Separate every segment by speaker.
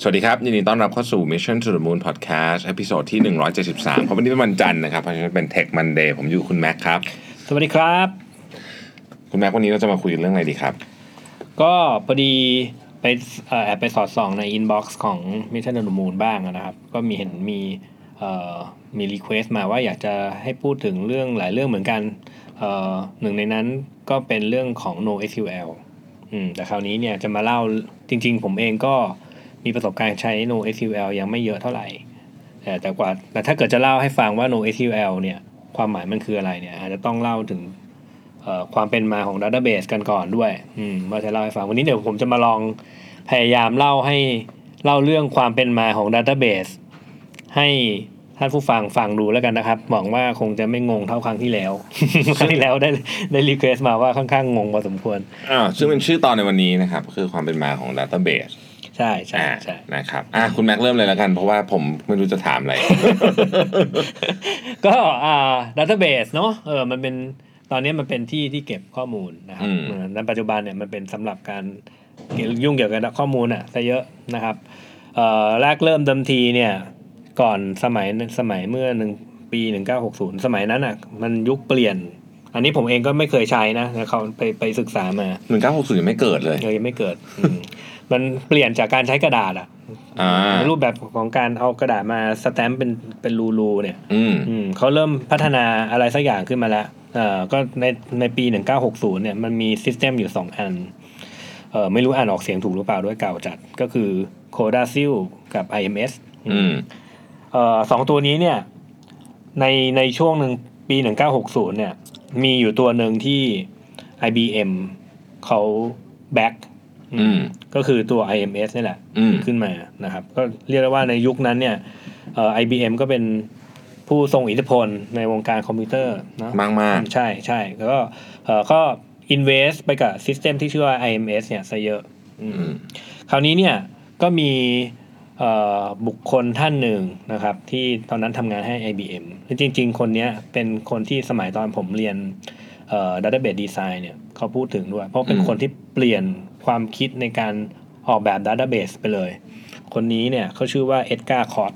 Speaker 1: สวัสดีครับ ยินดีต้อนรับเข้าสู่ Mission to the Moon Podcast ตอนที่ 173เพราะวันนี้เป็นวันจันทร์นะครับ เพราะฉะนั้นเป็น Tech Monday ผมอยู่คุณแม็กครับ
Speaker 2: สวัสดีครับ
Speaker 1: คุณแม็กวันนี้เราจะมาคุยเรื่องอะไรดีครับ
Speaker 2: ก็พอดีไปเอ่อแอบไปสอดส่องในอินบ็อกซ์ของมิชชั่นอนุมูลบ้างนะครับ ก็มีเห็นมีเอ่อมีรีเควสมาว่าอยากจะให้พูดถึงเรื่องหลายเรื่องเหมือนกันเอ่อหนึ่งในนั้นก็เป็นเรื่องของ NoSQL อืมแต่คราวนี้เนี่ยจะมาเล่าจริงๆ ผมเองก็มีประสบการณ์ใช้ NoSQL ยังไม่เยอะเท่าไหร่ แต่แต่กว่าแต่ถ้าเกิดจะเล่าให้ฟังว่า NoSQL เนี่ยความหมายมันคืออะไรเนี่ยอาจจะต้องเล่าถึง เอ่อความเป็นมาของดัตเตอร์เบสกันก่อนด้วย อืมว่าจะเล่าให้ฟังวันนี้เดี๋ยวผมจะมาลองพยายามเล่าให้เล่าเรื่องความเป็นมาของดัตเตอร์เบสให้ท่านผู้ฟังฟังดูแล้วกันนะครับ หวังว่าคงจะไม่งงเท่าครั้งที่แล้ว ครั้งที่แล้วได้ได้รีเควสมาว่าค่อนข้างงงพอสมควร
Speaker 1: อ่าซึ่งเป็นชื่อตอนในวันนี้นะครับก็คือความเป็นมาของ Database
Speaker 2: ใช่ใช่
Speaker 1: อ่า
Speaker 2: ใช่
Speaker 1: นะครับอ่ะคุณแม็กเริ่มเลยแล้วกัน เพราะว่าผมไม่รู้จะถามอะไร
Speaker 2: ก็อ่าดัตเตอร์เบสเนาะเออมันเป็นตอนนี้มันเป็นที่ที่เก็บข้อมูลนะครับ
Speaker 1: อืม
Speaker 2: เออในปัจจุบันเนี่ยมันเป็นสำหรับการเกี่ยวยุ่งเกี่ยวกับข้อมูลอะซะเยอะนะครับเอ่อแรกเริ่มเดิมทีเนี่ยก่อนสมัยสมัยเมื่อหนึ่งปี 1960 สมัยนั้นอะมันยุคเปลี่ยน อันนี้ผมเองก็ไม่เคยใช้นะแต่เขาไปไปศึกษามา
Speaker 1: หนึ่งเก้าหกศูนย์ยังไม่เกิดเลย
Speaker 2: เออยังไม่เกิดอืมมันเปลี่ยนจากการใช้กระดาษอะ
Speaker 1: อ่า
Speaker 2: รูปแบบของการเอากระดาษมาสแตมป์เป็นเป็นรูๆเนี่ย
Speaker 1: อืม
Speaker 2: อืมเขาเริ่มพัฒนาอะไรสักอย่างขึ้นมาแล้วเอ่อก็ในในปี 1960 เนี่ยมันมีซิสเต็มอยู่ 2 อัน เอ่อไม่รู้อ่านออกเสียงถูกหรือเปล่าด้วยเก่าจัด ก็คือ Coda s i l กับ IMS
Speaker 1: อืม
Speaker 2: เอ่อสองตัวนี้เนี่ยในในช่วงหนึ่งปี 1960 เนี่ยมีอยู่ตัวหนึ่งที่ IBM เขาแบ็ก
Speaker 1: อืม
Speaker 2: ก็คือตัว IMS นี่แหละ
Speaker 1: อืม
Speaker 2: ขึ้นมานะครับก็เรียกได้ว่าในยุคนั้นเนี่ยเอ่อ IBM ก็เป็นผู้ทรงอิทธิพลในวงการคอมพิวเตอร์เนอะ
Speaker 1: มากมาก
Speaker 2: ใช่ใช่แล้วก็เอ่อก็ invest ไปกับ system ที่ชื่อว่า IMS เนี่ยซะเยอะอื
Speaker 1: ๆ
Speaker 2: ม
Speaker 1: อืม
Speaker 2: คราวนี้เนี่ยก็มีเอ่อบุคคลท่านหนึ่งนะครับ ที่ตอนนั้นทำงานให้ IBM แล้วจริง ๆ คนเนี้ยเป็นคนที่สมัยตอนผมเรียนเอ่อ database design เนี่ยเขาพูดถึงด้วย เพราะเป็น
Speaker 1: อืม
Speaker 2: คนที่เปลี่ยนความคิดในการออกแบบ database ไปเลย คนนี้เนี่ยเขาชื่อว่าเอ็ดการ์คอร์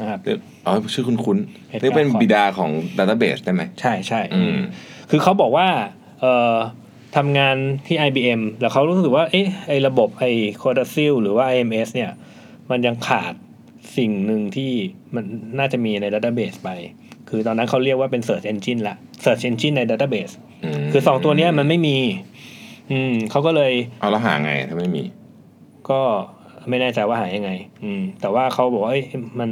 Speaker 2: นะครับ
Speaker 1: เรียกอ๋อชื่อคุณคุณ
Speaker 2: เอ็ดการ์
Speaker 1: เรียกเป็นบิดาของ Database ได้ไหม
Speaker 2: ใช่ใช่
Speaker 1: อืม
Speaker 2: คือเขาบอกว่าเอ่อทำงานที่ IBM แล้วเขารู้สึกว่าเอ๊ะไอ้ระบบไอ้คอร์ดซิลหรือว่า IMS เนี่ย มันยังขาดสิ่งหนึ่งที่มันน่าจะมีใน Database ไป คือตอนนั้นเขาเรียกว่าเป็น Search Engine ละ Search Engine ใน Database
Speaker 1: ม
Speaker 2: คือสองตัวเนี้ยมันไม่มี อืมเขาก็เลย
Speaker 1: เอาแล้วหาไงถ้าไม่มี
Speaker 2: ก็ไม่แน่ใจว่าหายยังไง อืม แต่ว่าเขาบอกว่าเอ้ยมัน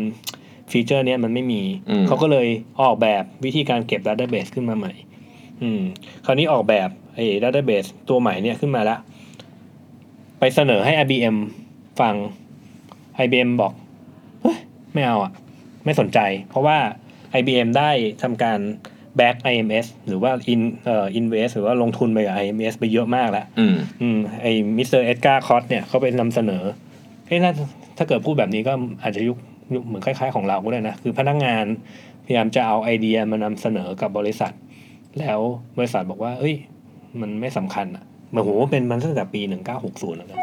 Speaker 2: ฟีเจอร์เนี้ยมันไม่มี
Speaker 1: อืม
Speaker 2: เขาก็เลยออกแบบวิธีการเก็บ Database ขึ้นมาใหม่ อืม คราวนี้ออกแบบไอ้ Database ตัวใหม่เนี่ยขึ้นมาละ ไปเสนอให้ IBM ฟัง IBM บอกเฮ้ยไม่เอาอ่ะ ไม่สนใจ เพราะว่า IBM ได้ทำการ back IMS หรือว่า in เอ่อ invest หรือว่าลงทุนไปกับ IMS ไปเยอะมากแล้ว
Speaker 1: อืม
Speaker 2: อืมไอมิสเตอร์เอ็ดการ์คอสเนี่ยเขาไปนำเสนอเอ้ยน่าถ้าเกิดพูดแบบนี้ก็อาจจะยุคยุคเหมือนคล้ายๆของเราก็ได้นะ คือพนักงานพยายามจะเอาไอเดียมานำเสนอกับบริษัท แล้วบริษัทบอกว่า เอ้ย มันไม่สำคัญอ่ะมันโหเป็นมันตั้งแต่ปีหนึ่งเก้าหกศูนย์แล้วนะ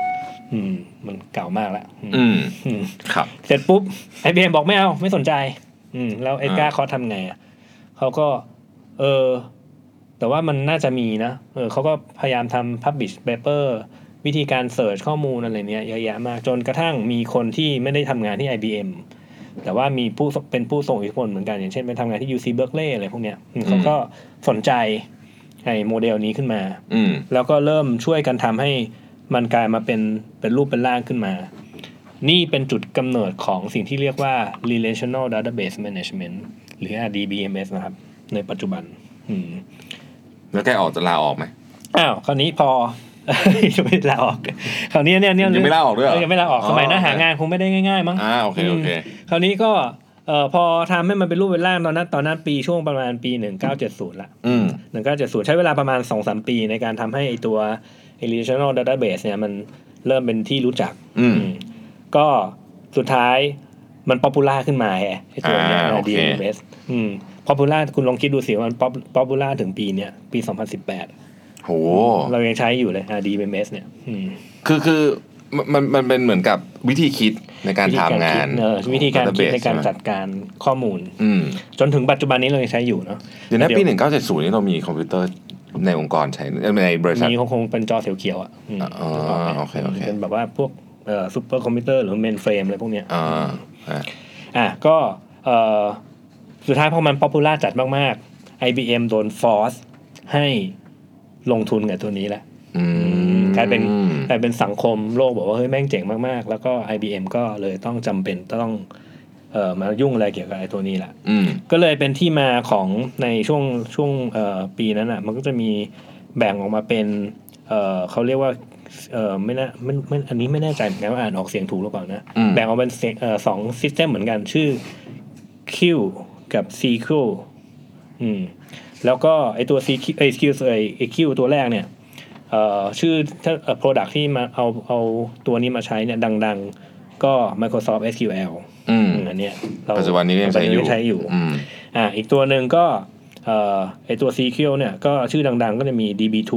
Speaker 2: อืม มันเก่ามากแล้วอืม
Speaker 1: อืม
Speaker 2: อืม
Speaker 1: ครับ
Speaker 2: เสร็จปุ๊บไอบีเอ็มบอกไม่เอา ไม่สนใจ อืม แล้วเอ็ดการ์เขาทำไงอ่ะเขาก็ เออ แต่ว่ามันน่าจะมีนะ เออเขาก็พยายามทำ Publish Paper วิธีการเสิร์ชข้อมูลอะไรเนี้ยเยอะแยะมาก จนกระทั่งมีคนที่ไม่ได้ทำงานที่ IBM แต่ว่ามีผู้เป็นผู้ส่งอิทธิพลเหมือนกัน อย่างเช่นไปทำงานที่ UC Berkeley อะไรพวกเนี้ยอืมเขาก็สนใจไอ้โมเดลนี้ขึ้นมา
Speaker 1: อืม
Speaker 2: แล้วก็เริ่มช่วยกันทำให้มันกลายมาเป็นเป็นรูปเป็นร่างขึ้นมา นี่เป็นจุดกำเนิดของสิ่งที่เรียกว่า relational database management หรือ RDBMS นะครับ ในปัจจุบัน อืม
Speaker 1: แล้วแกออกจะลาออกไหม
Speaker 2: อ้าว คราวนี้พอ ยังไม่ลาออก คราวนี้เนี่ยเนี่ย
Speaker 1: ยังไม่ลาออกด้วยเหรอ
Speaker 2: ยังไม่ลาออกสมัยหน้า
Speaker 1: อ๋อ
Speaker 2: หางานคงไม่ได้ง่ายๆมั้ง
Speaker 1: อ่าโอเคโอเค
Speaker 2: คราวนี้ก็เอ่อพอทำให้มันเป็นรูปเป็นร่างตอนนั้นตอนนั้นปีช่วงประมาณปี 1970ละ
Speaker 1: อืม
Speaker 2: หนึ่งเก้าเจ็ดศูนย์ใช้เวลาประมาณสองสามปีในการทำให้ไอตัว relational database เนี่ยมันเริ่มเป็นที่รู้จัก
Speaker 1: อืม
Speaker 2: อืมก็สุดท้ายมันป๊อปปูล่าขึ้นมาแฮะไอตัวเนี้ย
Speaker 1: อ่าโอเค
Speaker 2: DNS อืมป๊อปปูล่าคุณลองคิดดูสิว่ามันป๊อปป๊อปปูล่าถึงปีเนี้ยปี 2018
Speaker 1: โห
Speaker 2: เรายังใช้อยู่เลย RDBMS เนี่ยอืม
Speaker 1: คือคือ มันมันมันเป็นเหมือนกับวิธีคิดในการ
Speaker 2: วิธี
Speaker 1: ทำงาน
Speaker 2: คิดเออวิธีการคิดในการจั
Speaker 1: ด
Speaker 2: ดการข้อมูล
Speaker 1: อืม
Speaker 2: จนถึงปัจจุบันนี้เรายังใช้อยู่เนาะ
Speaker 1: เดี๋ยวนะปี 1970 นี่เรามีคอมพิวเตอร์ในองค์กรใช้ในบริษัท
Speaker 2: มีคงเป็นจอเขียวๆอ่ะม
Speaker 1: อ๋อโอเคโอเค
Speaker 2: เป็นแบบว่าพวกเอ่อซูเปอร์คอมพิวเตอร์หรือเมนเฟรมอะไรพวกเนี้ย
Speaker 1: อ่าอ่ะ
Speaker 2: อ่ะก็เอ่อสุดท้ายพอมันป๊อปปูล่าจัดมาก ๆ IBM โดนฟอสให้ลงทุนกับตัวนี้แหละ
Speaker 1: อืม
Speaker 2: กลายเป็นกลายเป็นสังคมโลกบอกว่าเฮ้ยแม่งเจ๋งมาก ๆ แล้วก็ IBM ก็เลยต้องจำเป็นต้องเอ่อมายุ่งอะไรเกี่ยวกับไอ้ตัวนี้แหละ
Speaker 1: อืม
Speaker 2: ก็เลยเป็นที่มาของในช่วงช่วงเอ่อปีนั้นอ่ะมันก็จะมีแบ่งออกมาเป็นเอ่อเขาเรียกว่าเอ่อไม่น่าไม่ไม่อันนี้ไม่แน่ใจเหมือนกันว่าอ่านออกเสียงถูกหรือเปล่านะ
Speaker 1: อืม
Speaker 2: แบ่งออกเป็นเซเอ่อสองซิสเต็มเหมือนกันชื่อ Q กับ CQ อืมแล้วก็ไอตัว CQ ไอย Q ไอยไอ้ Q ตัวแรกเนี่ยเอ่อชื่อถ้าเอ่อ product ที่มาเอาเอาตัวนี้มาใช้เนี่ยดังๆ ก็ Microsoft SQL
Speaker 1: อืม
Speaker 2: อืมอันเนี้ยเรา
Speaker 1: ปัจจุบันนี้ก็ยังใช้
Speaker 2: ปัจ
Speaker 1: อ
Speaker 2: จุ
Speaker 1: ยู่
Speaker 2: บันนี้ใช้อยู่
Speaker 1: อืม
Speaker 2: อ่ะอีกตัวหนึ่งก็เอ่อไอตัว CQ เนี่ยก็ชื่อดังๆ ก็จะมี DB2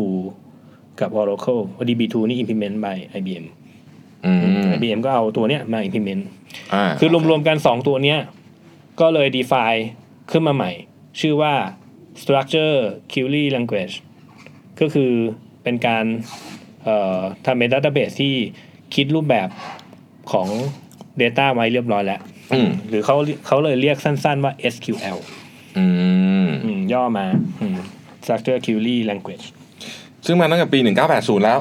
Speaker 2: กับ Oracle DB2 นี่ implement by IBM
Speaker 1: อืม
Speaker 2: IBM ก็เอาตัวเนี้ยมา implement
Speaker 1: อ่า
Speaker 2: คือรวมๆกัน 2 ตัวเนี้ยก็เลย define ขึ้นมาใหม่ ชื่อว่า structure query language ก็คือเป็นการเอ่อทำเป็น database ที่คิดรูปแบบของ data ไว้เรียบร้อยแล้ว
Speaker 1: อืม
Speaker 2: หรือเขาเขาเลยเรียกสั้นๆว่า SQL
Speaker 1: อืม
Speaker 2: อืมย่อมาอืม structure query language
Speaker 1: ซึ่งมาตั้งแต่ปี 1980 แล้ว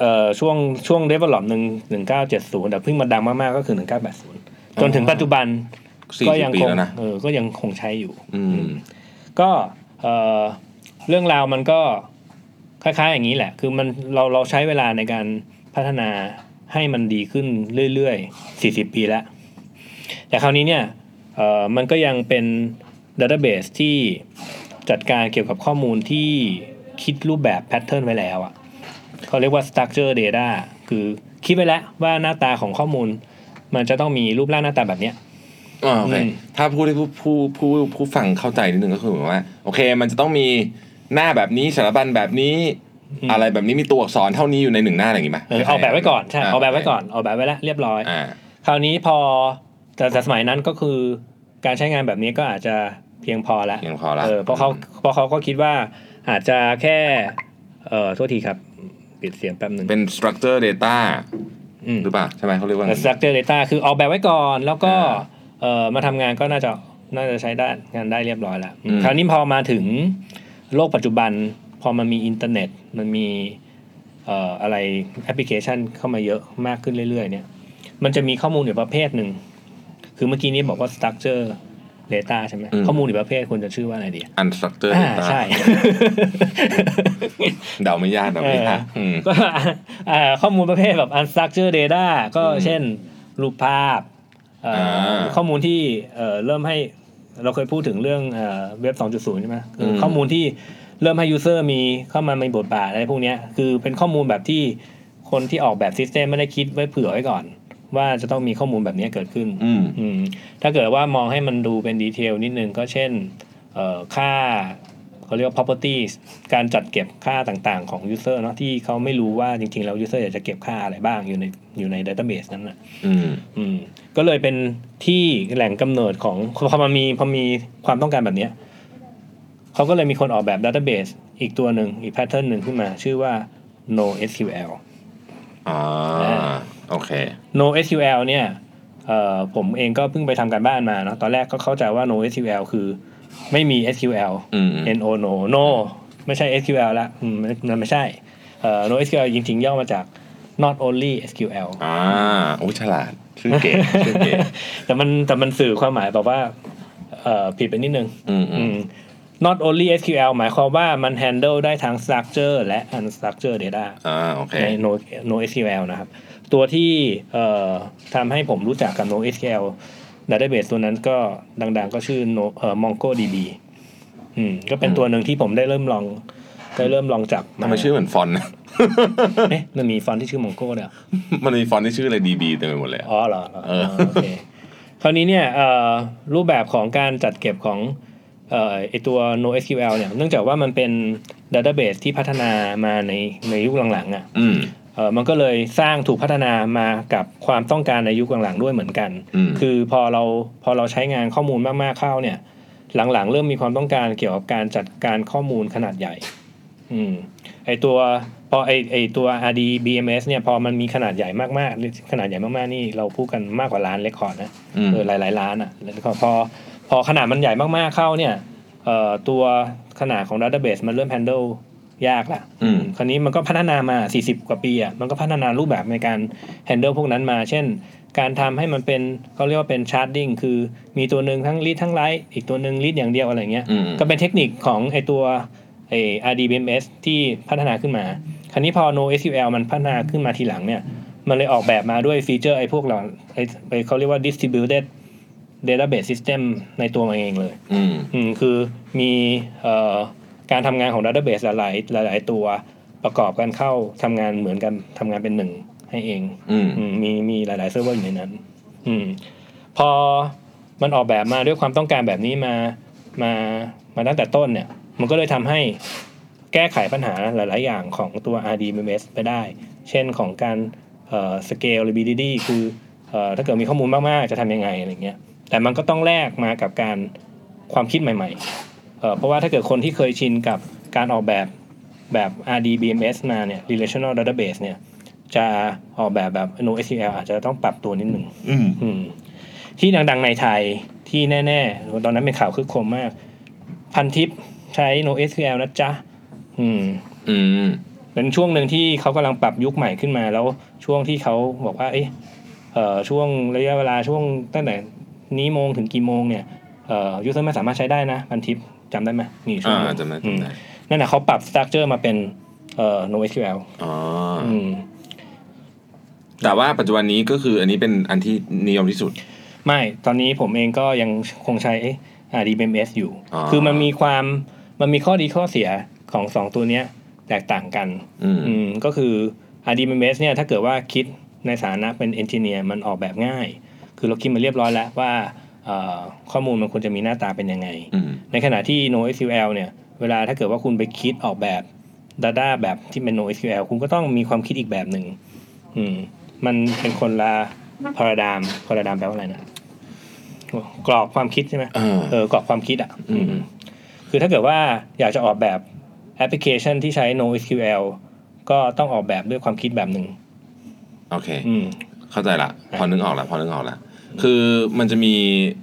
Speaker 2: เอ่อช่วงช่วง develop หนึ่งหนึ่งเก้าเจ็ดศูนย์แต่เพิ่งมาดังมากๆก็คือหนึ่งเก้าแปดศูนย์จนถึงปัจจุบัน
Speaker 1: 40
Speaker 2: ก็ยั
Speaker 1: ปี
Speaker 2: คง
Speaker 1: แล้วนะ
Speaker 2: เออก็ยังคงใช้อยู่
Speaker 1: อืม
Speaker 2: ก็เอ่อเรื่องราวมันก็คล้ายๆอย่างนี้แหละ คือมันเราเราใช้เวลาในการพัฒนาให้มันดีขึ้นเรื่อยๆ 40 ปีแล้ว แต่คราวนี้เนี่ยเอ่อมันก็ยังเป็นดัตเตอร์เบสที่จัดการเกี่ยวกับข้อมูลที่คิดรูปแบบแพทเทิร์นไว้แล้วอะ่ะเขาเรียกว่า structure data คือคิดไว้แล้วว่าหน้าตาของข้อมูล มันจะต้องมีรูปร่างหน้าตาแบบเนี้ย
Speaker 1: อ่าโอเค
Speaker 2: อืม
Speaker 1: ถ้าพูดให้ผู้ผู้ผู้ผู้ฟังเข้าใจนิดนึงก็คือเหมือนว่า โอเค มันจะต้องมีหน้าแบบนี้สารบัญแบบนี้ อะไรแบบนี้มีตัวอักษรเท่านี้อยู่ในหนึ่งหน้าอะไรอย่างงี้ไหม
Speaker 2: เออเอาแบบไว้ก่อนใช่เอาแบบไว้ก่อนเอาแบบไว้แล้วเรียบร้อย
Speaker 1: อ่า
Speaker 2: คราวนี้พอแต่แต่สมัยนั้นก็คือการใช้งานแบบนี้ก็อาจจะเพียงพอแล้ว
Speaker 1: เพียงพอละ
Speaker 2: เออเพราะเขาเพราะเขาก็คิดว่าอาจจะแค่เอ่อโทษทีครับ ปิดเสียงแป๊บหนึ่ง
Speaker 1: เป็น structure data
Speaker 2: อืม
Speaker 1: หรือเปล่าใช่ไหมเขาเรียกว่าไง
Speaker 2: แต่ structure data คือออกแบบไว้ก่อน แล้วก็
Speaker 1: อ่า
Speaker 2: เอ่อมาทำงานก็น่าจะน่าจะใช้ได้งานได้เรียบร้อยแล้ว
Speaker 1: อืม
Speaker 2: คราวนี้พอมาถึงโลกปัจจุบัน พอมันมีอินเทอร์เน็ตมันมีเอ่ออะไรแอปพลิเคชันเข้ามาเยอะมากขึ้นเรื่อยๆเนี่ย มันจะมีข้อมูลอยู่ประเภทหนึ่ง คือเมื่อกี้นี้บอกว่า structure data ใช่ไหม
Speaker 1: อืม
Speaker 2: ข้อมูลอยู่ประเภทควรจะชื่อว่าอะไรดี
Speaker 1: unstructured
Speaker 2: อ่า
Speaker 1: data
Speaker 2: ใช่
Speaker 1: เดาไม่ยากเดาไม่ยาก
Speaker 2: เอออ
Speaker 1: ม
Speaker 2: ก็ อ่าข้อมูลประเภทแบบ unstructured data ก็
Speaker 1: อืม
Speaker 2: เช่น รูปภาพเอ่ออา ข้อมูลที่เอ่อเริ่มให้เราเคยพูดถึงเรื่องเอ่อเว็บ 2.0 ใช่ไหมคืออ
Speaker 1: ม
Speaker 2: ข้อมูลที่เริ่มให้ user มีเข้ามามีบทบาทอะไรพวกเนี้ยคือเป็นข้อมูลแบบที่คนที่ออกแบบ system ไม่ได้คิดไว้เผื่อไว้ก่อน ว่าจะต้องมีข้อมูลแบบเนี้ยเกิดขึ้น
Speaker 1: อืม
Speaker 2: อืมถ้าเกิดว่ามองให้มันดูเป็นดีเทลนิดนึงก็เช่นเอ่อค่าเขาเรียกว่า properties การจัดเก็บค่าต่างๆของ user เนาะที่เขาไม่รู้ว่าจริงๆ แล้ว user อยากจะเก็บค่าอะไรบ้างอยู่ในอยู่ใน database นั้นน่ะ
Speaker 1: อืม
Speaker 2: อืมก็เลยเป็นที่แหล่งกำเนิดของพอมันมีพอมีความต้องการแบบเนี้ยเขาก็เลยมีคนออกแบบ database อีกตัวหนึ่งอีก pattern หนึ่งขึ้นมา ชื่อว่า NoSQL
Speaker 1: อ่า โอเค
Speaker 2: NoSQL เนี่ยเอ่อผมเองก็เพิ่งไปทำการบ้านมาเนาะตอนแรกก็เข้าใจว่า NoSQL คือไม่มี SQL
Speaker 1: อืม
Speaker 2: NO No No ไม่ใช่ SQL ละอืมมันไม่ใช่เอ่อ NoSQL จริงๆ ย่อมาจาก not only SQL
Speaker 1: อ่าโอ้ฉลาดชื่อเก๋ ชื่อเก๋
Speaker 2: แต่มันแต่มันสื่อความหมายแบบว่าเอ่อผิดไปนิดนึง
Speaker 1: อืมอื
Speaker 2: อื
Speaker 1: ม
Speaker 2: ม not only SQL หมายความว่ามัน handle ได้ทั้ง structure และ unstructured data
Speaker 1: อ่าโอเค
Speaker 2: ใน No No SQL นะครับ ตัวที่เอ่อทำให้ผมรู้จักกับ No SQL database ตัวนั้นก็ดังๆก็ชื่อ No เอ่อ MongoDB อืมก็เป็นตัวหนึ่งที่ผมได้เริ่มลองได้เริ่มลองจับ
Speaker 1: ทำไมชื่อเหมือนฟอนต์นะ
Speaker 2: เอ๊ะมันมีฟอนต์ที่ชื่อ Mongo ด้วยเหรอ
Speaker 1: มันมีฟอนต์ที่ชื่ออะไรดีบีเต็มไปหมดเลยอะ
Speaker 2: อ๋อเหรอเหรอ
Speaker 1: เออ
Speaker 2: โอเค คราวนี้เนี่ยเอ่อรูปแบบของการจัดเก็บของเอ่อไอตัว NoSQL เนี่ยเนื่องจากว่ามันเป็น database ที่พัฒนามาในในยุคหลังๆอ่ะ
Speaker 1: อืม
Speaker 2: เออมันก็เลยสร้างถูกพัฒนามากับความต้องการในยุคหลังๆด้วยเหมือนกัน
Speaker 1: อืม
Speaker 2: คือพอเราพอเราใช้งานข้อมูลมากๆเข้าเนี่ย หลังๆ เริ่มมีความต้องการเกี่ยวกับการจัดการข้อมูลขนาดใหญ่ อืมไอตัวพอไอไอตัว RD BMS เนี่ยพอมันมีขนาดใหญ่มากๆ ขนาดใหญ่มากๆนี่เราพูดกันมากกว่าล้านเลคคอร์ดนะ
Speaker 1: อืม
Speaker 2: เออหลายหลายๆล้านอ่ะแล้วก็พอพอขนาดมันใหญ่มากๆเข้าเนี่ยเอ่อตัวขนาดของดัตเตอร์เบสมันเริ่มแฮนเดิลยากละ
Speaker 1: อืม
Speaker 2: คราวนี้มันก็พัฒนามา 40 กว่าปีอ่ะมันก็พัฒนารูปแบบในการแฮนเดิลพวกนั้นมา เช่น การทำให้มันเป็นเขาเรียกว่าเป็นชาร์ i ดิ้งคือมีตัวหนึ่งทั้งรีดทั้งไลท์อีกตัวหนึ่งรีดอย่างเดียวอะไรเงี้ย
Speaker 1: อืม
Speaker 2: ก็เป็นเทคนิคของไอตัวไอ RDBMS ที่พัฒนาขึ้นมา คราวนี้พอ NoSQL มันพัฒนาขึ้นมาทีหลังเนี่ย มันเลยออกแบบมาด้วยฟีเจอร์ไอพวกเราไอไอ้เขาเรียกว่า distributed database system ในตัวมันเองเลย
Speaker 1: อืม
Speaker 2: อืมคือมีเอ่อการทำงานของ database หลายๆหลาย ๆ ตัวประกอบกันเข้าทำงานเหมือนกันทำงานเป็นหนึ่งให้เอง
Speaker 1: อืม
Speaker 2: อืมมีมีหลาย ๆ เซิร์ฟเวอร์อยู่ในนั้น อืมพอมันออกแบบมาด้วยความต้องการแบบนี้มามามาตั้งแต่ต้นเนี่ย มันก็เลยทำให้แก้ไขปัญหาหลาย ๆ อย่างของตัว RDMS ไปได้ เช่นของการเอ่อ scalability คือเอ่อถ้าเกิดมีข้อมูลมาก ๆ จะทำยังไงอะไรเงี้ยแต่มันก็ต้องแลกมากับการความคิดใหม่ ๆเอ่อเพราะว่าถ้าเกิดคนที่เคยชินกับการออกแบบแบบ RDBMS มาเนี่ย relational database เนี่ย จะออกแบบแบบ NoSQL อาจจะต้องปรับตัวนิดหนึ่ง
Speaker 1: อืม
Speaker 2: อืม ที่ดังๆในไทยที่แน่ๆ ตอนนั้นเป็นข่าวคึกโครมมาก พันทิปใช้ NoSQL นะจ๊ะ อืม
Speaker 1: อืม
Speaker 2: เป็นช่วงหนึ่งที่เขากำลังปรับยุคใหม่ขึ้นมา แล้วช่วงที่เขาบอกว่า เอะเอ่อช่วงระยะเวลาช่วงตั้งแต่นี้โมงถึงกี่โมงเนี่ยเอ่อยูเซอร์ไม่สามารถใช้ได้นะพันทิปจำได้ไหมมีอยู่ช่ว
Speaker 1: อ่าง
Speaker 2: หนึ่ง
Speaker 1: จำได้
Speaker 2: อืม
Speaker 1: จำได้
Speaker 2: นั่นนะเขาปรับสต r u เจอร์มาเป็นเอ่อ NoSQL
Speaker 1: อ๋ออ
Speaker 2: อืม
Speaker 1: แต่ว่าปัจจุบันนี้ก็คืออันนี้เป็นอันที่นิยมที่สุด
Speaker 2: ไม่ ตอนนี้ผมเองก็ยังคงใช้ RDBMS อยู่
Speaker 1: อ๋อ
Speaker 2: คือมันมีความ มันมีข้อดีข้อเสียของสองตัวเนี้ยแตกต่างกัน
Speaker 1: อืม
Speaker 2: อืม ก็คือ RDBMS เนี่ย ถ้าเกิดว่าคิดในฐานะเป็นเอนจิเนียร์มันออกแบบง่าย คือเราคิดมาเรียบร้อยแล้วว่าเอ่อข้อมูลมันควรจะมีหน้าตาเป็นยังไง
Speaker 1: อืม
Speaker 2: ในขณะที่ NoSQL เนี่ย เวลาถ้าเกิดว่าคุณไปคิดออกแบบ Data แบบที่เป็น NoSQL คุณก็ต้องมีความคิดอีกแบบหนึ่ง อืม มันเป็นคนละพาราดามพาราดามแปลว่าอะไรนะ กรอบความคิดใช่ไหม
Speaker 1: เออ
Speaker 2: เออกรอบความคิดอ่ะ
Speaker 1: อืม
Speaker 2: คือถ้าเกิดว่าอยากจะออกแบบแอปพลิเคชันที่ใช้ NoSQL ก็ต้องออกแบบด้วยความคิดแบบหนึ่ง
Speaker 1: โอเค
Speaker 2: อืม
Speaker 1: เข้าใจละ
Speaker 2: ครับ
Speaker 1: พอนึกออกละพอนึกออกละ คือมันจะมี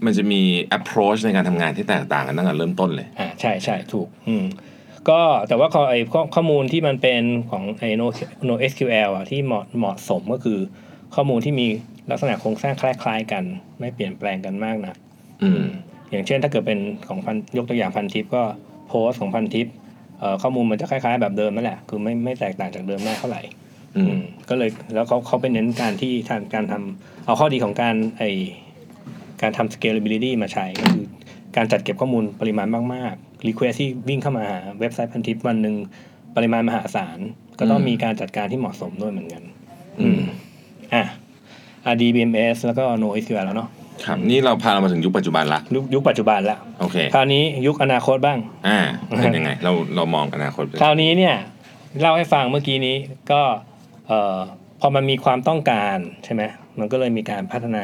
Speaker 1: มันจะมี approach ในการทำงานที่แตกต่างกันตั้งแต่เริ่มต้นเลย
Speaker 2: อ่าใช่ใช่ถูกอืมก็แต่ว่าข้อไอข้อข้อมูลที่มันเป็นของไอโนโน SQL อ่ะที่เหมาะเหมาะสมก็คือ ข้อมูลที่มีลักษณะโครงสร้างคล้ายๆกัน ไม่เปลี่ยนแปลงกันมากนะ
Speaker 1: อืม
Speaker 2: อย่างเช่นถ้าเกิดเป็นของพันยกตัวอย่างพันทิปก็โพสของพันทิปเอ่อข้อมูลมันจะคล้ายๆ แบบเดิมนั่นแหละ คือไม่ไม่แตกต่างจากเดิมมากเท่าไหร่
Speaker 1: อืม
Speaker 2: อืมก็เลยแล้วเขาเขาเป็นเน้นการที่ทางการทำเอาข้อดีของการไอการทำ scalability มาใช้ก็คือการจัดเก็บข้อมูลปริมาณมากๆ request ที่วิ่งเข้ามาหาเว็บไซต์พันทิปวันหนึ่งปริมาณมหาศาล ก็ต้อง
Speaker 1: อืม
Speaker 2: มีการจัดการที่เหมาะสมด้วยเหมือนกัน
Speaker 1: อืม
Speaker 2: อ่ะ RDBMS แล้วก็ NoSQL แล้วเนาะ
Speaker 1: ครับ นี่เราพาเรามาถึงยุคปัจจุบันละ
Speaker 2: ยุคยุคปัจจุบันละ
Speaker 1: โอเค
Speaker 2: คราวนี้ยุคอนาคตบ้าง
Speaker 1: อ่า เป็นยังไง เราเรามองอนาคตไป
Speaker 2: คราวนี้เนี่ยเล่าให้ฟังเมื่อกี้นี้ก็เอ่อพอมันมีความต้องการใช่ไหมมันก็เลยมีการพัฒนา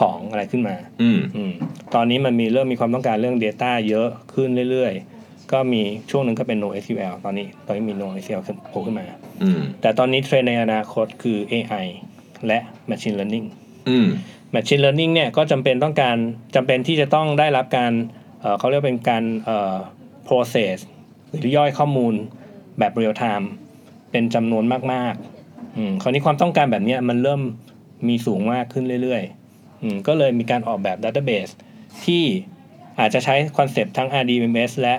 Speaker 2: ของอะไรขึ้นมา
Speaker 1: อืม
Speaker 2: อมตอนนี้มันมีเริ่มมีความต้องการเรื่อง Data เยอะขึ้นเรื่อยๆ ก็มีช่วงหนึ่งก็เป็น NoSQL ตอนนี้ตอนนี้มี NoSQL ขึ้นโผล่ขึ้นมา
Speaker 1: อืม
Speaker 2: แต่ตอนนี้เทรนด์ในอนาคตคือ AI และ Machine Learning
Speaker 1: อืม
Speaker 2: Machine Learning เนี่ยก็จำเป็นต้องการจำเป็นที่จะต้องได้รับการเอ่อเขาเรียกเป็นการเอ่อ process หรือย่อยข้อมูลแบบ real time เป็นจำนวนมากๆอืมคราวนี้ความต้องการแบบเนี้ยมันเริ่มมีสูงมากขึ้นเรื่อยๆอืมก็เลยมีการออกแบบ database ที่อาจจะใช้คอนเซปต์ทั้ง RDBMS และ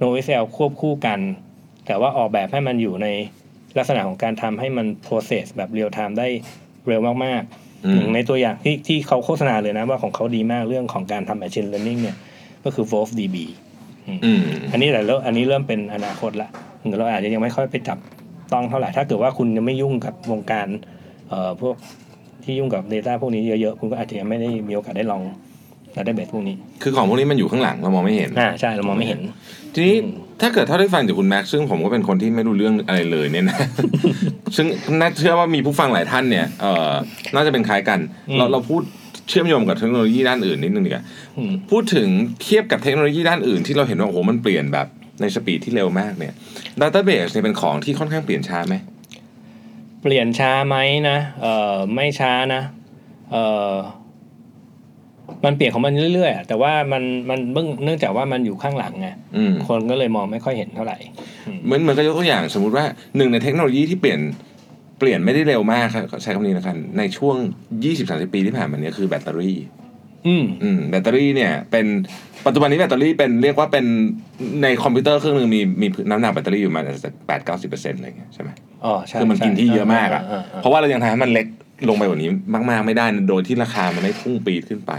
Speaker 2: NoSQL ควบคู่กัน แต่ว่าออกแบบให้มันอยู่ในลักษณะของการทำให้มัน process แบบ real time ได้เร็วมากๆ
Speaker 1: อื
Speaker 2: ห
Speaker 1: ม
Speaker 2: นึ่งในตัวอย่างที่ที่เขาโฆษณาเลยนะว่าของเขาดีมากเรื่องของการทำ machine learning เนี่ยก็คือ VolfDB
Speaker 1: อืม
Speaker 2: อันนี้แหละเริ่มอันนี้เริ่มเป็นอนาคตละหรือเราอาจจะยังไม่ค่อยไปจับต้องเท่าไหร่ ถ้าเกิดว่าคุณยังไม่ยุ่งกับวงการเอ่อพวกที่ยุ่งกับ Data พวกนี้เยอะๆ คุณก็อาจจะยังไม่ได้มีโอกาสได้ลอง ดาต้าเบสพวกนี้
Speaker 1: คือของพวกนี้มันอยู่ข้างหลังเรามองไม่เห็น
Speaker 2: อ่าใช่เรามองไม่เห็น
Speaker 1: ทีนี้ถ้าเกิดเท่าได้ฟังจากคุณแม็กซ์ซึ่งผมก็เป็นคนที่ไม่รู้เรื่องอะไรเลยเนี่ยนะ ซึ่งน่าเชื่อว่ามีผู้ฟังหลายท่านเนี่ยเอ่อน่าจะเป็นคล้ายกัน
Speaker 2: อืม
Speaker 1: เราเราพูดเชื่อมโยงกับเทคโนโลยีด้านอื่นนิดนึงดีกว่า
Speaker 2: อืม
Speaker 1: พูดถึงเทียบกับเทคโนโลยีด้านอื่นที่เราเห็นว่าโอ้โหมันเปลี่ยนแบบในสปีดที่เร็วมากเนี่ยดัตเตอร์เบสเนี่ยเป็นของที่ค่อนข้างเปลี่ยนช้าไหม
Speaker 2: เปลี่ยนช้าไหมนะเออไม่ช้านะเออมันเปลี่ยนของมันเรื่อยๆอะแต่ว่ามันมันเบื้องเนื่องจากว่ามันอยู่ข้างหลังไง
Speaker 1: อืม
Speaker 2: คนก็เลยมองไม่ค่อยเห็นเท่าไหร่
Speaker 1: เหมือนเหมือนก็ยกตัวอย่างสมมุติว่าหนึ่งในเทคโนโลยีที่เปลี่ยนเปลี่ยนไม่ได้เร็วมากครับใช้คำนี้นะครับในช่วง 20-30 ปีที่ผ่านมาเนี้คือแบตเตอรี่
Speaker 2: อืม
Speaker 1: อืมแบตเตอรี่เนี่ยเป็นปัจจุบันนี้แบตเตอรี่เป็นเรียกว่าเป็นในคอมพิวเตอร์เครื่องหนึงมีมีน้ำหนักแบตเตอรี่อยู่ประมาณแปดเก้าสิบเปอร์เซ็นต์อะไรเงี้ยใช่ไหม
Speaker 2: อ๋อใช่
Speaker 1: คือมันกินที่เยอะมากอ่ะเพ
Speaker 2: เพราะ
Speaker 1: ราะว่าเรายังทำให้มันเล็กลงไปกว่านี้มาก ๆ ไม่ได้โดยที่ราคามันได้พุ่งปีดขึ้นไป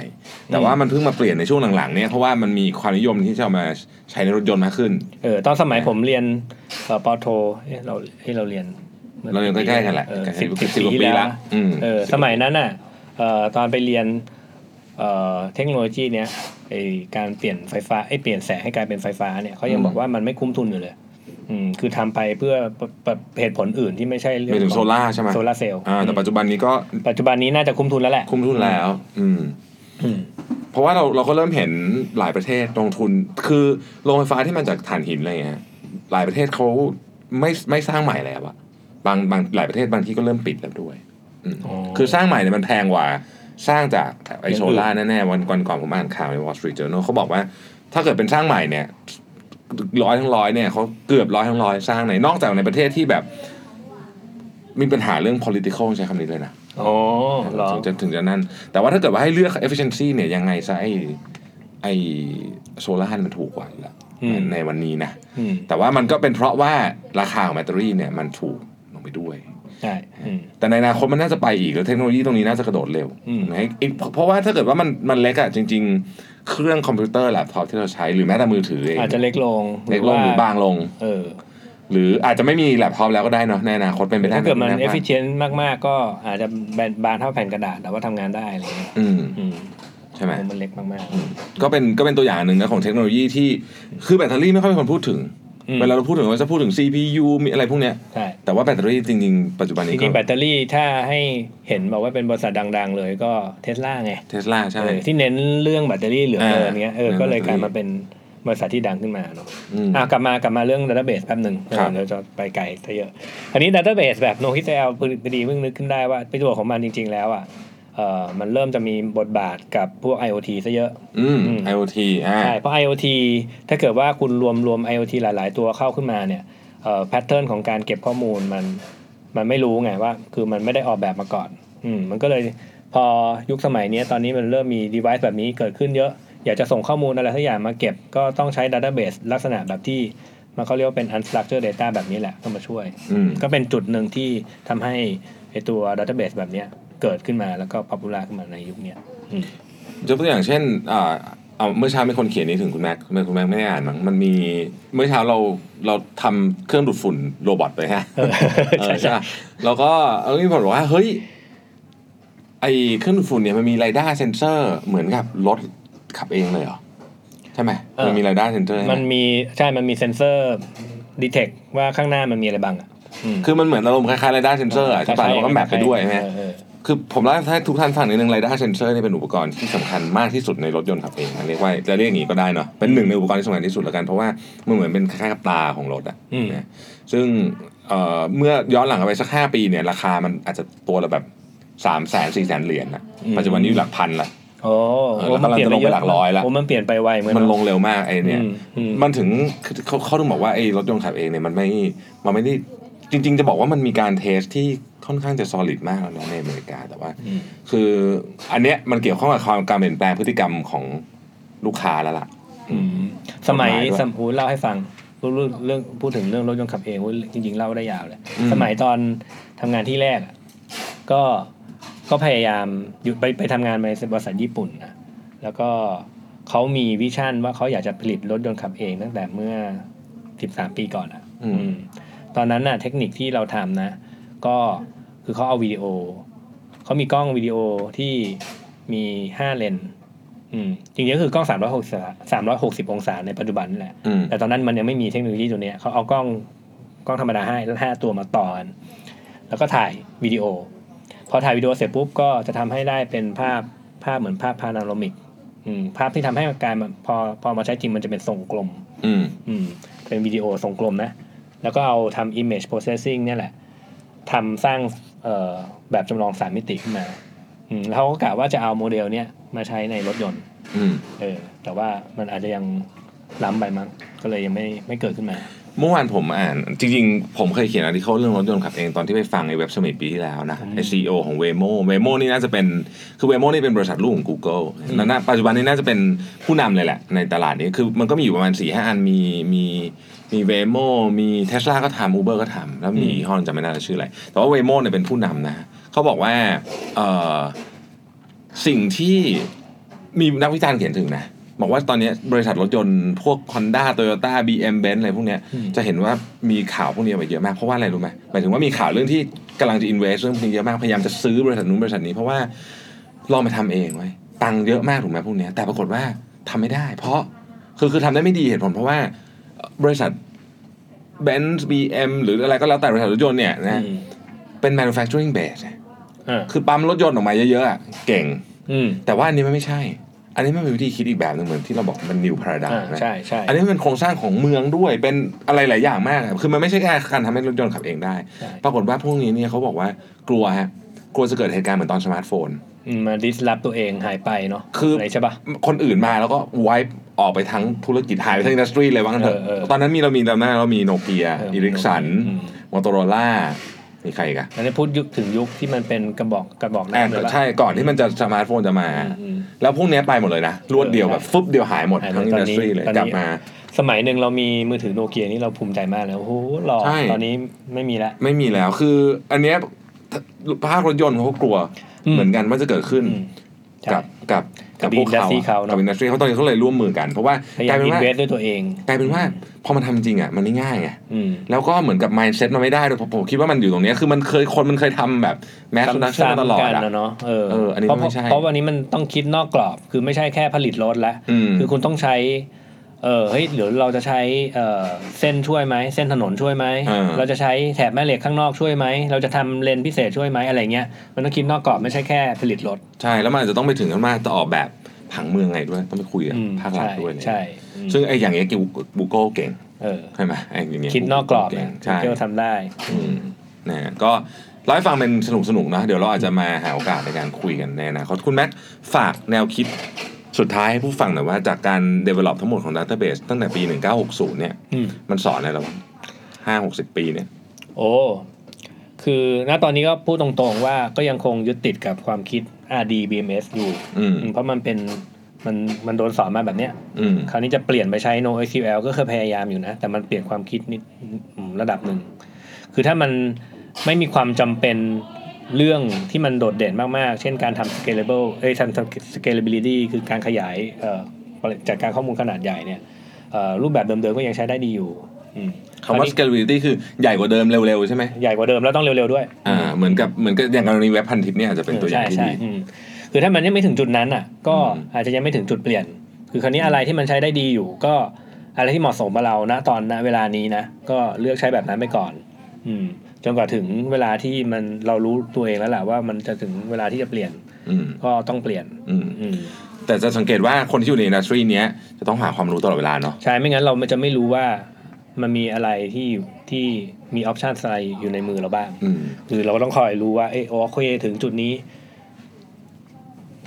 Speaker 1: แต่
Speaker 2: อืม
Speaker 1: ว่ามันเพิ่งมาเปลี่ยนในช่วงหลังๆเนี่ยเพราะว่ามันมีความนิยมที่จะเอามาใช้ในรถยนต์มากขึ้น
Speaker 2: เออตอนสมัยผมเรียนเอ่อปอโทเอ๊ะเราเอ้ยเราเรียนมื่อ
Speaker 1: เรายังใกล้ๆกันแหละ
Speaker 2: เออ
Speaker 1: ใกล้ๆ
Speaker 2: สิบ
Speaker 1: สิ
Speaker 2: สิ
Speaker 1: บบ กว่าปี
Speaker 2: ปี
Speaker 1: ละ
Speaker 2: แล้ว
Speaker 1: อืม
Speaker 2: เออสมัยนั้นอ่ะเอ่อตอนไปเรียนเอ่อเทคโนโลยีเนี้ยไอการเปลี่ยนไฟฟ้าไอยเปลี่ยนแสงให้กลายเป็นไฟฟ้าเนี่ยเขายังบอกว่ามันไม่คุ้มทุนอยู่เลย อืมคือทำไปเพื่อประประเหตุผลอื่นที่ไม่ใช่เรื่
Speaker 1: ไปถึง
Speaker 2: ขอ
Speaker 1: โซล่าร์ใช่ไหม
Speaker 2: โซลาร์เซลล์
Speaker 1: อ่าแต่ปัจจุบันนี้ก็
Speaker 2: ปัจจุบันนี้น่าจะคุ้มทุนแล้วแหละ
Speaker 1: คุ้มทุนแล้ว อืม
Speaker 2: อืม
Speaker 1: เพราะว่าเราเราก็เริ่มเห็นหลายประเทศลงทุน คือโรงไฟฟ้าที่มันจากถ่านหินอะไรเงี้ยหลายประเทศเขาไม่ไม่สร้างใหม่แล้วอะบางบางหลายประเทศบางที่ก็เริ่มปิดแล้วด้วยอืม
Speaker 2: อ๋อ
Speaker 1: คือสร้างใหม่เนี่ยมันแพงกว่าสร้างจากไอ
Speaker 2: อย่างอื่น
Speaker 1: โซล่าแน่ๆวันก่อนก่อนผมอ่านข่าวใน Wall Street Journal เขาบอกว่า ถ้าเกิดเป็นสร้างใหม่เนี่ยร้อยทั้งร้อยเนี่ยเขาเกือบร้อยทั้งร้อยสร้างในนอกจากในประเทศที่แบบ มีปัญหาเรื่อง political ใช้คำนี้เลยนะ
Speaker 2: อ๋อเหรอ
Speaker 1: ถึงจะถึงจะนั่น แต่ว่าถ้าเกิดว่าให้เลือก efficiency เนี่ยยังไงซะไอไอโซลาร์มันถูกกว่าอยู่แล้วในในวันนี้นะ
Speaker 2: อืม
Speaker 1: แต่ว่ามันก็เป็นเพราะว่าราคาของแบตเตอรี่เนี่ยมันถูกลงไปด้วย
Speaker 2: ใช่อืม
Speaker 1: แต่ในอนาคตมันน่าจะไปอีกแล้วเทคโนโลยีตรงนี้น่าจะกระโดดเร็ว
Speaker 2: อืม
Speaker 1: นะอีกเพราะว่าถ้าเกิดว่ามันมันเล็กอะจริง ๆ เครื่องคอมพิวเตอร์แล็ปท็อปที่เราใช้หรือแม้แต่มือถือเอง
Speaker 2: อาจจะเล็กลง
Speaker 1: เล็กลงหรือบางลง
Speaker 2: เออ
Speaker 1: หรืออาจจะไม่มีแล็ปท็อปแล้วก็ได้เนาะในอนาคตเป็นไปได้
Speaker 2: ถ้าเกิดมัน
Speaker 1: ะ
Speaker 2: efficient มากๆ ก็อาจจะแบนบานเท่าแผ่นกระดาษแต่ว่าทำงานได้อะไรเงี้ย
Speaker 1: อืม
Speaker 2: อืม
Speaker 1: ใช่ไหม
Speaker 2: มันเล็กมาก
Speaker 1: ก็เป็นก็เป็นตัวอย่างหนึ่งนะของเทคโนโลยีที่คือแบตเตอรี่ไม่ค่อยมีคนพูดถึง
Speaker 2: ๆอืม
Speaker 1: เวลาเราพูดถึงเราจะพูดถึง CPU มีอะไรพวกเนี้ย
Speaker 2: ใช่
Speaker 1: แต่ว่าแบตเตอรี่จริงๆ ปัจจุบัน
Speaker 2: จ
Speaker 1: นี้
Speaker 2: ริงๆแบ
Speaker 1: ก็
Speaker 2: ตเตอรี่ถ้าให้เห็นบอกว่าเป็นบริษัทดัง ๆ เลยก็เทสลาไง
Speaker 1: เทสลาใช่
Speaker 2: เออที่เน้นเรื่องแบตเตอรี่เหลือเกินเงี้ยเออ
Speaker 1: เน้น
Speaker 2: ก็เลย
Speaker 1: แบต
Speaker 2: ก
Speaker 1: เตอรี่
Speaker 2: ลายมาเป็นบริษัทที่ดังขึ้นมาเนาะ
Speaker 1: อืม
Speaker 2: อ่ะกลับมากลับมาเรื่อง database แป๊บหนึ่งเออ
Speaker 1: ครับ
Speaker 2: เดี๋ยวจะไปไกลซะเยอะอันนี้ database แบบ NoSQL พอดีเพิ่งนึกขึ้นได้ว่าประโยชน์ของมันจริง ๆ แล้วอ่ะเออมันเริ่มจะมีบทบาทกับพวก IoT ซะเยอะ
Speaker 1: อืม
Speaker 2: อืม
Speaker 1: IoT อ่า
Speaker 2: ใช่เพราะ IoT ถ้าเกิดว่าคุณรวมรวม IoT หลาย ๆ ตัวเข้าขึ้นมาเนี่ยแพทเทิร์นของการเก็บข้อมูลมันมันไม่รู้ไงว่า คือมันไม่ได้ออกแบบมาก่อนอืมมันก็เลยพอยุคสมัยเนี้ยตอนนี้มันเริ่มมี device แบบนี้เกิดขึ้นเยอะ อยากจะส่งข้อมูลอะไรสักอย่างมาเก็บก็ต้องใช้ database ลักษณะแบบที่ มันเขาเรียกว่าเป็น unstructured data แบบนี้แหละเข้ามาช่วย
Speaker 1: อืม
Speaker 2: ก็เป็นจุดหนึ่งที่ทำให้ไอตัว database แบบเนี้ยเกิดขึ้นมาแล้วก็ popular ขึ้นมาในยุคเนี้ยอืม
Speaker 1: ยกตัวอย่างเช่นอ่าเอาเมื่อเช้ามีคนเขียนนี้ถึงคุณแม็กซ์คุณแม็กซ์ไม่ได้อ่านมั้งมันมีเมื่อเช้าเราเราทำเครื่องดูดฝุ่นโรบอทไปฮะ
Speaker 2: เออ
Speaker 1: เออ
Speaker 2: ใช่
Speaker 1: ใช่
Speaker 2: ใช่
Speaker 1: ปะแล้วก็เออมีคนบอกว่าเฮ้ยไอเครื่องดูดฝุ่นเนี่ยมันมีไรด้าเซนเซอร์เหมือนกับรถขับเองเลยเหรอใช่ไหม
Speaker 2: เออ
Speaker 1: มันมีไรด้าเซนเซอร์
Speaker 2: มันมีใช่ มันมีเซนเซอร์ดีเทคว่าข้างหน้ามันมีอะไรบ้างอ่ะม
Speaker 1: คือมันเหมือนอารมณ์คล้ายๆไรด้าเซนเซอร์อะใช่ป่ะ
Speaker 2: คล้ยๆ
Speaker 1: แล้วก็แมปไปด้วยใช่ไหม
Speaker 2: เออเออ
Speaker 1: คือผมเล่าให้ทุกท่านฟังนิดนึงไรด้าเซนเซอร์เนี่ยเป็นอุปกรณ์ที่สำคัญมากที่สุดในรถยนต์ขับเองนะเรียกว่าจะเรียกอย่างนี้ก็ได้เนาะเป็นหนึ่งในอุปกรณ์ที่สำคัญที่สุดแล้วกันเพราะว่ามันเหมือนเป็นคล้ายๆกับตาของรถอะ
Speaker 2: อืม
Speaker 1: นะซึ่งเอ่อเมื่อย้อนหลังไปสักห้าปีเนี่ยราคามันอาจจะตัวละแบบสามแสนสี่แสนเหรียญนะ
Speaker 2: อืม
Speaker 1: ปัจจุบันนี้อยู่หลักพันละ
Speaker 2: โอ้
Speaker 1: เออแล้วมันจะลงไปหลักร้อยละ
Speaker 2: โอ้มันเปลี่ยนไปไวเหมือน
Speaker 1: มันลงเร็วมากไอ้เนี่ย
Speaker 2: มั
Speaker 1: มัน นถึงเขาเขาถึงบอกว่าไอ้รถยนต์ขับเองเนี่ยมันไม่มันไม่ได้จริง ๆ จะบอกว่ามันมีการเทสที่ค่อนข้างจะ solid มากแล้วนะในอเมริกาแต่ว่า
Speaker 2: อืม
Speaker 1: คืออันเนี้ยมันเกี่ยวข้องกับความการเปลี่ยนแปลงพฤติกรรมของลูกค้าแล้วล่ะ
Speaker 2: สมั
Speaker 1: ก
Speaker 2: ย
Speaker 1: ฎหมายด้วย
Speaker 2: สมอูเล่าให้ฟังพูดเรื่องพูดถึงเรื่องรถยนต์ขับเองโอ้ยจริงๆเล่าได้ยาวเลย
Speaker 1: อืม
Speaker 2: สมัยตอนทำงานที่แรกอะก็ก็พยายามอยู่ไปไปทำงานในบริษัทญี่ปุ่นนะแล้วก็เขามีวิชั่นว่าเขาอยากจะผลิตรถยนต์ขับเองตั้งแต่เมื่อ 13 ปีก่อนอ่ะ
Speaker 1: อืม
Speaker 2: อืมตอนนั้นน่ะเทคนิคที่เราทำนะ ก็คือเขาเอาวิดีโอเขามีกล้องวิดีโอที่มีห้าเลน อืมจริงๆก็คือกล้อง 360 360 องศาในปัจจุบันนี่แหละ
Speaker 1: อืม
Speaker 2: แต่ตอนนั้นมันยังไม่มีเทคโนโลยีตัวเนี้ยเขาเอากล้องกล้องธรรมดาให้แล้วห้าตัวมาต่อกันแล้วก็ถ่ายวิดีโอ พอถ่ายวิดีโอเสร็จปุ๊บก็จะทำให้ได้เป็นภาพภาพเหมือนภาพพานาโรมิกอืมภาพที่ทำให้การมันพอพอมาใช้จริงมันจะเป็นทรงกลม
Speaker 1: อืม
Speaker 2: อืมเป็นวิดีโอทรงกลมนะ แล้วก็เอาทำ image processing เนี่ยแหละทำสร้างเอ่อแบบจำลองสามมิติขึ้นมาอืมแล้วเขาก็กะว่าจะเอาโมเดลเนี่ยมาใช้ในรถยนต์
Speaker 1: อืม
Speaker 2: เออ แต่ว่ามันอาจจะยังล้ำไปมั้งก็เลยยังไม่ไม่เกิดขึ้นมา
Speaker 1: เมื่อวานผมอ่านจริงๆ ผมเคยเขียนอาร์ติเคิลเรื่องรถยนต์ขับเองตอนที่ไปฟังไอ้เว็บสมิตปีที่แล้วนะ
Speaker 2: อืม
Speaker 1: ไอซีโอของเวโมเวโมนี่น่าจะเป็นคือเวโมนี่เป็นบริษัทลูกของ Google
Speaker 2: อืม
Speaker 1: แล้วนะปัจจุบันนี้น่าจะเป็นผู้นำเลยแหละ ในตลาดนี้คือมันก็มีอยู่ประมาณ4ี่ห้าอันมีมีมีเวโมมีเทสลาก็ทำอูเบอร์ก็ทำแล้วมียี่ห้อหนึ่งจำไม่ได้ชื่ออะไร แต่ว่าเวโมเนี่ยเป็นผู้นำนะเขาบอกว่าเอ่อสิ่งที่มีนักวิจารณ์เขียนถึงนะ บอกว่าตอนนี้บริษัทรถยนต์พวก Honda Toyota BM Benz อะไรพวกเนี้ย
Speaker 2: อืม
Speaker 1: จะเห็นว่ามีข่าวพวกนี้ออกมาเยอะมากเพราะว่าอะไรรู้ไหมหมายถึงว่ามีข่าวเรื่องที่กำลังจะอินเวสเรื่องพวกนี้เยอะมากพยายามจะซื้อบริษัทนู้นบริษัทนี้เพราะว่าลองไปทำเองไว้ยตังค์เยอะมากถูกไหมพวกเนี้ยแต่ปรากฏว่าทำไม่ได้ เพราะคือคือทำได้ไม่ดีเหตุผลเพราะว่าเอ่อบริษัทเบนซ์บีเอ็มหรืออะไรก็แล้วแต่บริษัทรถยนต์เนี่ยนะ
Speaker 2: อืม
Speaker 1: เป็น manufacturing base นะ
Speaker 2: เออ
Speaker 1: คือปั๊มรถยนต์ออกมาเยอะๆอะเก่ง
Speaker 2: อืม
Speaker 1: แต่ว่าอันนี้มันไม่ใช่ อันนี้มันเป็นวิธีคิดอีกแบบหนึงเหมือนที่เราบอกมัน new paradigm
Speaker 2: อ่า
Speaker 1: นะ
Speaker 2: ใช่ใช่
Speaker 1: อันนี้มันเป็นโครงสร้างของเมืองด้วยเป็นอะไรหลายอย่างมากอะคือมันไม่ใช่แค่การทำให้รถยนต์ขับเองได้
Speaker 2: ใช่
Speaker 1: ปรากฏว่าพวกนี้เนี่ยเขาบอกว่ากลัวฮะกลัวจะเกิดเหตุการณ์เหมือนตอนสมาร์ทโฟน
Speaker 2: อืมมาดิสลอฟตัวเองหายไปเนาะ
Speaker 1: คืออ
Speaker 2: อะไรใช่ปะ
Speaker 1: คนอื่นมาแล้วก็ไวป์ออกไปทั้งธุรกิจหายไปทั้งอินดัสทรีเลยว่างั้นเถอะ
Speaker 2: เออเออ
Speaker 1: ตอนนั้นมีเรามีจำได้เรามีโนเกียอิริกสัน
Speaker 2: อืม
Speaker 1: มอเตอร์โรล่ามีใครอีกอะ
Speaker 2: อันนี้พูดยุคถึงยุคที่มันเป็นกระบอกกระบอก
Speaker 1: อ่ะ
Speaker 2: น้ำเลยปะ
Speaker 1: ใช่ก่อนที่มันจะสมาร์ทโฟนจะมา
Speaker 2: อืมอืม
Speaker 1: แล้วพวกเนี้ยไปหมดเลยนะรวดเดียวแบบฟึบเดียวหายหมด
Speaker 2: หายหมด
Speaker 1: ทั้งอินดัสทรี
Speaker 2: ตอนนี้
Speaker 1: เลย
Speaker 2: ตอน
Speaker 1: ก
Speaker 2: นี้
Speaker 1: ลับมา
Speaker 2: สมัยหนึ่งเรามีมือถือโนเกียนี่เราภูมิใจมากเลยโอ้โหหล่อ
Speaker 1: ใช่
Speaker 2: ตอนนี้ไม่มีละ
Speaker 1: ไม่มีแล้วคืออันเนี้ยภาครถยนต์เขาก็กลัว
Speaker 2: อืม
Speaker 1: เหมือนกันว่าจะเกิดขึ้น
Speaker 2: อืมใช่
Speaker 1: กับกับ
Speaker 2: กับ
Speaker 1: พวกเขา
Speaker 2: industry เขาเนอะ
Speaker 1: กับอินดัสทรีเขาตอนนี้เขาเลยร่วมมือกัน เพราะว่า
Speaker 2: พยาก ยา
Speaker 1: ลาย
Speaker 2: ม
Speaker 1: เป็น
Speaker 2: อิน
Speaker 1: ว่า
Speaker 2: เวสด้วยตัวเอง
Speaker 1: กลายเป็นว่าพอมันทำจริงอ่ะมันไม่ง่ายไง
Speaker 2: อืม
Speaker 1: แล้วก็เหมือนกับ mindset มันไม่ได้ด้วยผมผมคิดว่ามันอยู่ตรงเนี้ยคือมันเคยคนมันเคยทำแบบแมสต์นักชั่นตลอด
Speaker 2: ซ้ำๆกั
Speaker 1: อ่ะ
Speaker 2: นนะเนาะเออ
Speaker 1: เอออันนี้
Speaker 2: เพราะ
Speaker 1: ไม่ใช่
Speaker 2: เพราะวันนี้มันต้องคิดนอกกรอบ คือไม่ใช่แค่ผลิตรถละ
Speaker 1: อืม
Speaker 2: คือคุณต้องใช้ เออเฮ้ยเดี๋ยวเราจะใช้เออเส้นช่วยไหมเส้นถนนช่วยไหมเราจะใช้แถบแม่เหล็กข้างนอกช่วยไหมเราจะทำเลนพิเศษช่วยไหมอะไรเงี้ยมันต้องคิดนอกกรอบไม่ใช่แค่ผลิตรถ
Speaker 1: ใช่แล้วมันอาจจะต้องไปถึงกันมากจะออกแบบผังเมืองไงด้วยต้องไปคุยกับ
Speaker 2: อืม
Speaker 1: ภาครัฐด้วยเนี่ย
Speaker 2: ใช่ใช่
Speaker 1: ซึ่งไอ้อย่างเงี้ยกูเกิลเก่ง
Speaker 2: เออ
Speaker 1: ใช่ไหมไอ้อย่างเงี้ย
Speaker 2: คิดนอกกรอบนะ
Speaker 1: Google เงใช่
Speaker 2: Google ทำได้
Speaker 1: อืมนะฮะก็เล่าให้ฟังเป็นสนุกสนุกๆนะ เดี๋ยวเราอาจจะมาหาโอกาสในการคุยกันในอนาคตคุณแม็กฝากแนวคิดสุดท้ายให้ผู้ฟังหน่อยว่าจากการ develop ทั้งหมดของ database ตั้งแต่ปี 1960 เนี่ย
Speaker 2: อืม
Speaker 1: มันสอนอะไรเราบ้างห้าหกสิบปีเนี่ย
Speaker 2: โอ้ คือณตอนนี้ก็พูดตรงๆว่าก็ยังคงยึดติดกับความคิด RD BMS อยู่
Speaker 1: อืม
Speaker 2: เพราะมันเป็นมันมันโดนสอนมาแบบเนี้ย
Speaker 1: อืม
Speaker 2: คราวนี้จะเปลี่ยนไปใช้ no SQL ก็เคยพยายามอยู่นะ แต่มันเปลี่ยนความคิดนิดอืมระดับหนึ่ง คือถ้ามันไม่มีความจำเป็นเรื่องที่มันโดดเด่นมาก ๆ เช่นการทำ scalable เอ้ยทำ scalability คือการขยายเอ่อจากการข้อมูลขนาดใหญ่เนี่ยเอ่อรูปแบบเดิม ๆ ก็ยังใช้ได้ดีอยู่อืม
Speaker 1: คำว่า scalability คือใหญ่กว่าเดิมเร็วๆ ใช่ไหม
Speaker 2: ใหญ่กว่าเดิมแล้วต้องเร็ว ๆ ด้วย
Speaker 1: อ่า เหมือนกับเหมือนกับอย่างกรณีเว็บพันทิปเนี่ยอาจจะเป็นตัวอย่างที่
Speaker 2: ใช่
Speaker 1: ดี
Speaker 2: ใช่อืมคือถ้ามันยังไม่ถึงจุดนั้นอ่ะ ก็
Speaker 1: อืม
Speaker 2: อาจจะยังไม่ถึงจุดเปลี่ยน คือคราวนี้อะไรที่มันใช้ได้ดีอยู่ ก็อะไรที่เหมาะสมกับเราณตอนณเวลานี้นะ ก็เลือกใช้แบบนั้นไปก่อน อืม จนกว่าถึงเวลาที่มันเรารู้ตัวเองแล้วแหละว่ามันจะถึงเวลาที่จะเปลี่ยน
Speaker 1: อืม
Speaker 2: ก็ต้องเปลี่ยน
Speaker 1: อืม
Speaker 2: อืม
Speaker 1: แต่จะสังเกตว่าคนที่อยู่ในอินดัสทรีเนี้ยจะต้องหาความรู้ตลอดเวลาเนาะ
Speaker 2: ใช่ไม่งั้นเราจะไม่รู้ว่ามันมีอะไรที่ที่มีออปชันอะไรอยู่ในมือเราบ้าง
Speaker 1: อืม
Speaker 2: คือเราก็ต้องคอยรู้ว่าเออโอเคถึงจุดนี้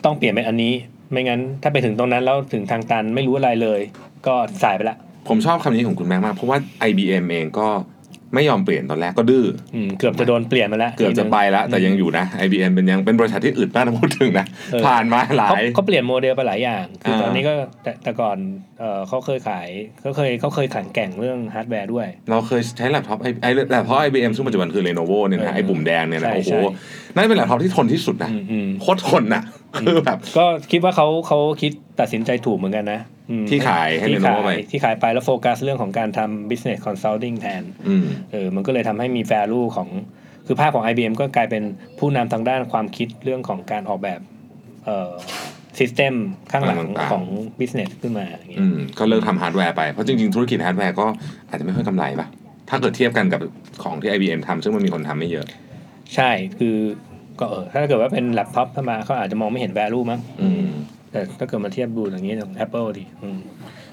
Speaker 2: ต้องเปลี่ยนเป็นอันนี้ ไม่งั้น ถ้าไปถึงตรงนั้นแล้วถึงทางตันไม่รู้อะไรเลย ก็สายไปละ
Speaker 1: ผมชอบคำนี้ของคุณแม็กมาก เพราะว่า IBM เองก็ไม่ยอมเปลี่ยนตอนแรกก็ดื้อ
Speaker 2: อืมเกือบจะโดนเปลี่ยนมาแล้ว
Speaker 1: เกือบจะไปแล้ว แต่ยังอยู่นะ IBM เป็นยังเป็นบริษัทที่อึดมากนะพูดถึงนะ
Speaker 2: เออ
Speaker 1: ผ่านมาหลา
Speaker 2: เขา
Speaker 1: ย
Speaker 2: เขาเปลี่ยนโมเดลไปหลายอย่าง คืออา ตอนนี้ก็แต่แต่ก่อนเออเขาเคยขายเขาเคยเขาเคยแข่งแกร่งเรื่องฮาร์ดแวร์ด้วย
Speaker 1: เราเคยใช้แล็ปท็อปไอไอแล็ปท็อป IBM ซึ่งปัจจุบันคือ Lenovo เนี่ยนะ
Speaker 2: เออ
Speaker 1: ไอปุ่มแดงเนี่ยนะ
Speaker 2: ใช่
Speaker 1: โอ้โห
Speaker 2: ใช่
Speaker 1: นั่นเป็นแล็ปท็อปที่ทนที่สุดนะ
Speaker 2: อืมอืม
Speaker 1: โคตรทนน่ะ คือแบบ
Speaker 2: ก็คิดว่าเขาเขาคิดตัดสินใจถูกเหมือนกันนะอืม
Speaker 1: ที่ขายให้
Speaker 2: ที่
Speaker 1: Lenovo
Speaker 2: ขาย
Speaker 1: ไป
Speaker 2: ที่ขายไปแล้วโฟกัสเรื่องของการทำ business consulting แทน
Speaker 1: อืม
Speaker 2: เออ มันก็เลยทำให้มี value ของ คือภาพของ IBM ก็กลายเป็นผู้นำทางด้านความคิดเรื่องของการออกแบบ เอ่อ ซิสเต็มข้างหลัง
Speaker 1: ต่างๆ
Speaker 2: ของบิสเนสขึ้นมาอย่างเงี้
Speaker 1: อื
Speaker 2: ย
Speaker 1: มก็เลิกทำฮาร์ดแวร์ไป เพราะจริงๆ ธุรกิจฮาร์ดแวร์ก็อาจจะไม่ค่อยกำไรป่ะ ถ้าเกิดเทียบกันกับของที่ IBM ทำซึ่งมันมีคนทำไม่เยอะ
Speaker 2: ใช่คือก็เออถ้าเกิดว่าเป็นแล็ปท็อปธรรมดาเขาอาจจะมองไม่เห็น value มั้ง
Speaker 1: อืม
Speaker 2: แต่ถ้าเกิดมาเทียบดูอย่างนี้ของ Apple ดิอืม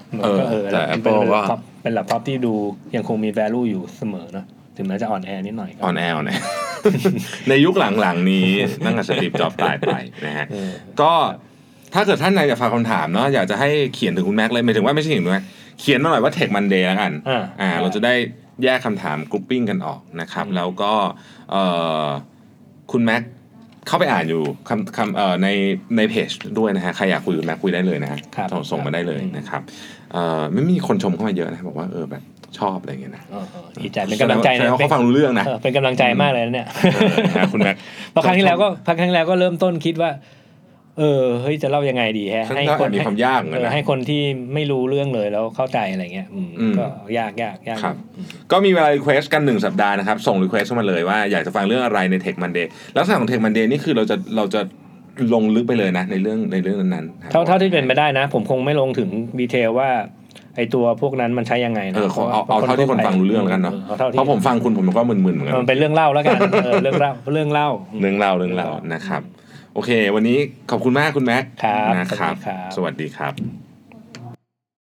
Speaker 2: มันก็
Speaker 1: เอ
Speaker 2: เอ
Speaker 1: อ
Speaker 2: อ
Speaker 1: แต่ Apple
Speaker 2: เป็น
Speaker 1: ก็
Speaker 2: แล็ปท็อปเป็นแล็ปท็อปที่ดูยังคงมี value อยู่เสมอเนอะถึงแม้จะอ่อนแอนิดหน่อยก็
Speaker 1: ออนแอลนะ ในยุคหลังๆ นี้ตั้งแต่สตีฟจ็อบส์ตายไปนะฮะ
Speaker 2: เออ
Speaker 1: ก็ถ้าเกิดท่านนายอยากฝากคำถามเนาะอยากจะให้เขียนถึงคุณแม็กซ์เลยหมายถึงว่าไม่ใช่ถึงคุณแม็กซ์เขียนมาหน่อยว่าเทคมันเดย์แล้วกัน
Speaker 2: อ่า
Speaker 1: อ่า เราจะได้แยกคำถามกรุ๊ปปิ้งกันออกนะครับ
Speaker 2: อืม
Speaker 1: แล้วก็เอ่อคุณแม็กซ์เข้าไปอ่านอยู่คำคำเอ่อในในเพจด้วยนะฮะใครอยากคุยกับคุณแม็กซ์คุยได้เลยนะฮะ
Speaker 2: ครับ
Speaker 1: ส่งส่งมาได้เลย
Speaker 2: อืม
Speaker 1: นะครับเอ่อไม่มีคนชมเข้ามาเยอะนะบอกว่าเออแบบชอบอะไรอย่างเงี้ยนะ
Speaker 2: เออเออดีใจเป็นกำลังใจ
Speaker 1: แสด
Speaker 2: นะ
Speaker 1: ว่า
Speaker 2: เป็น
Speaker 1: เขาฟังรู้เรื่องนะ
Speaker 2: เออเป็นกำลังใจมากเลยนะเนี่ย
Speaker 1: เออนะฮะคุณแม็กซ์
Speaker 2: พอครั้งที่แล้วก็พอครั้งที่แล้วก็เริ่มต้นคิดว่า เออเฮ้ยจะเล่ายังไงดีแฮะ
Speaker 1: ครั้ง
Speaker 2: ให้
Speaker 1: ที่แล้ว
Speaker 2: คน
Speaker 1: มีความยากเหมือนกั
Speaker 2: เอน อ
Speaker 1: นะ
Speaker 2: ให้คนที่ไม่รู้เรื่องเลยแล้วเข้าใจอะไรเงี้ยอืม
Speaker 1: อืม
Speaker 2: ก็ยากยากยาก
Speaker 1: ครับ ก็มีเวลา request กัน 1 สัปดาห์นะครับ ส่ง request เข้ามาเลยว่าอยากจะฟังเรื่องอะไรใน Tech Monday ลักษณะของ Tech Monday นี่คือเราจะเราจะลงลึกไปเลยนะ ในเรื่องในเรื่องนั้นๆ
Speaker 2: เท่าเท่าที่เป็นไปได้นะ ผมคงไม่ลงถึงดีเทลว่า ไอตัวพวกนั้นมันใช้ยังไงนะ
Speaker 1: เออขอเอาเอาเท่าที่คนฟังรู้เรื่องแล้วกันเนาะ
Speaker 2: ออเท่าที่
Speaker 1: เพราะผมฟังคุณผมก็มึนๆเหมือนกัน
Speaker 2: มันเป็นเรื่องเล่าแล้วกันเออเรื่องเล่าเรื่องเล่า
Speaker 1: เรื่องเล่าเรื่องเล่านะครับ โอเค วันนี้ขอบคุณมากคุณแม็ก
Speaker 2: ครับ
Speaker 1: นะครับ
Speaker 2: สวัสดีครับ
Speaker 1: สวัสดีครับ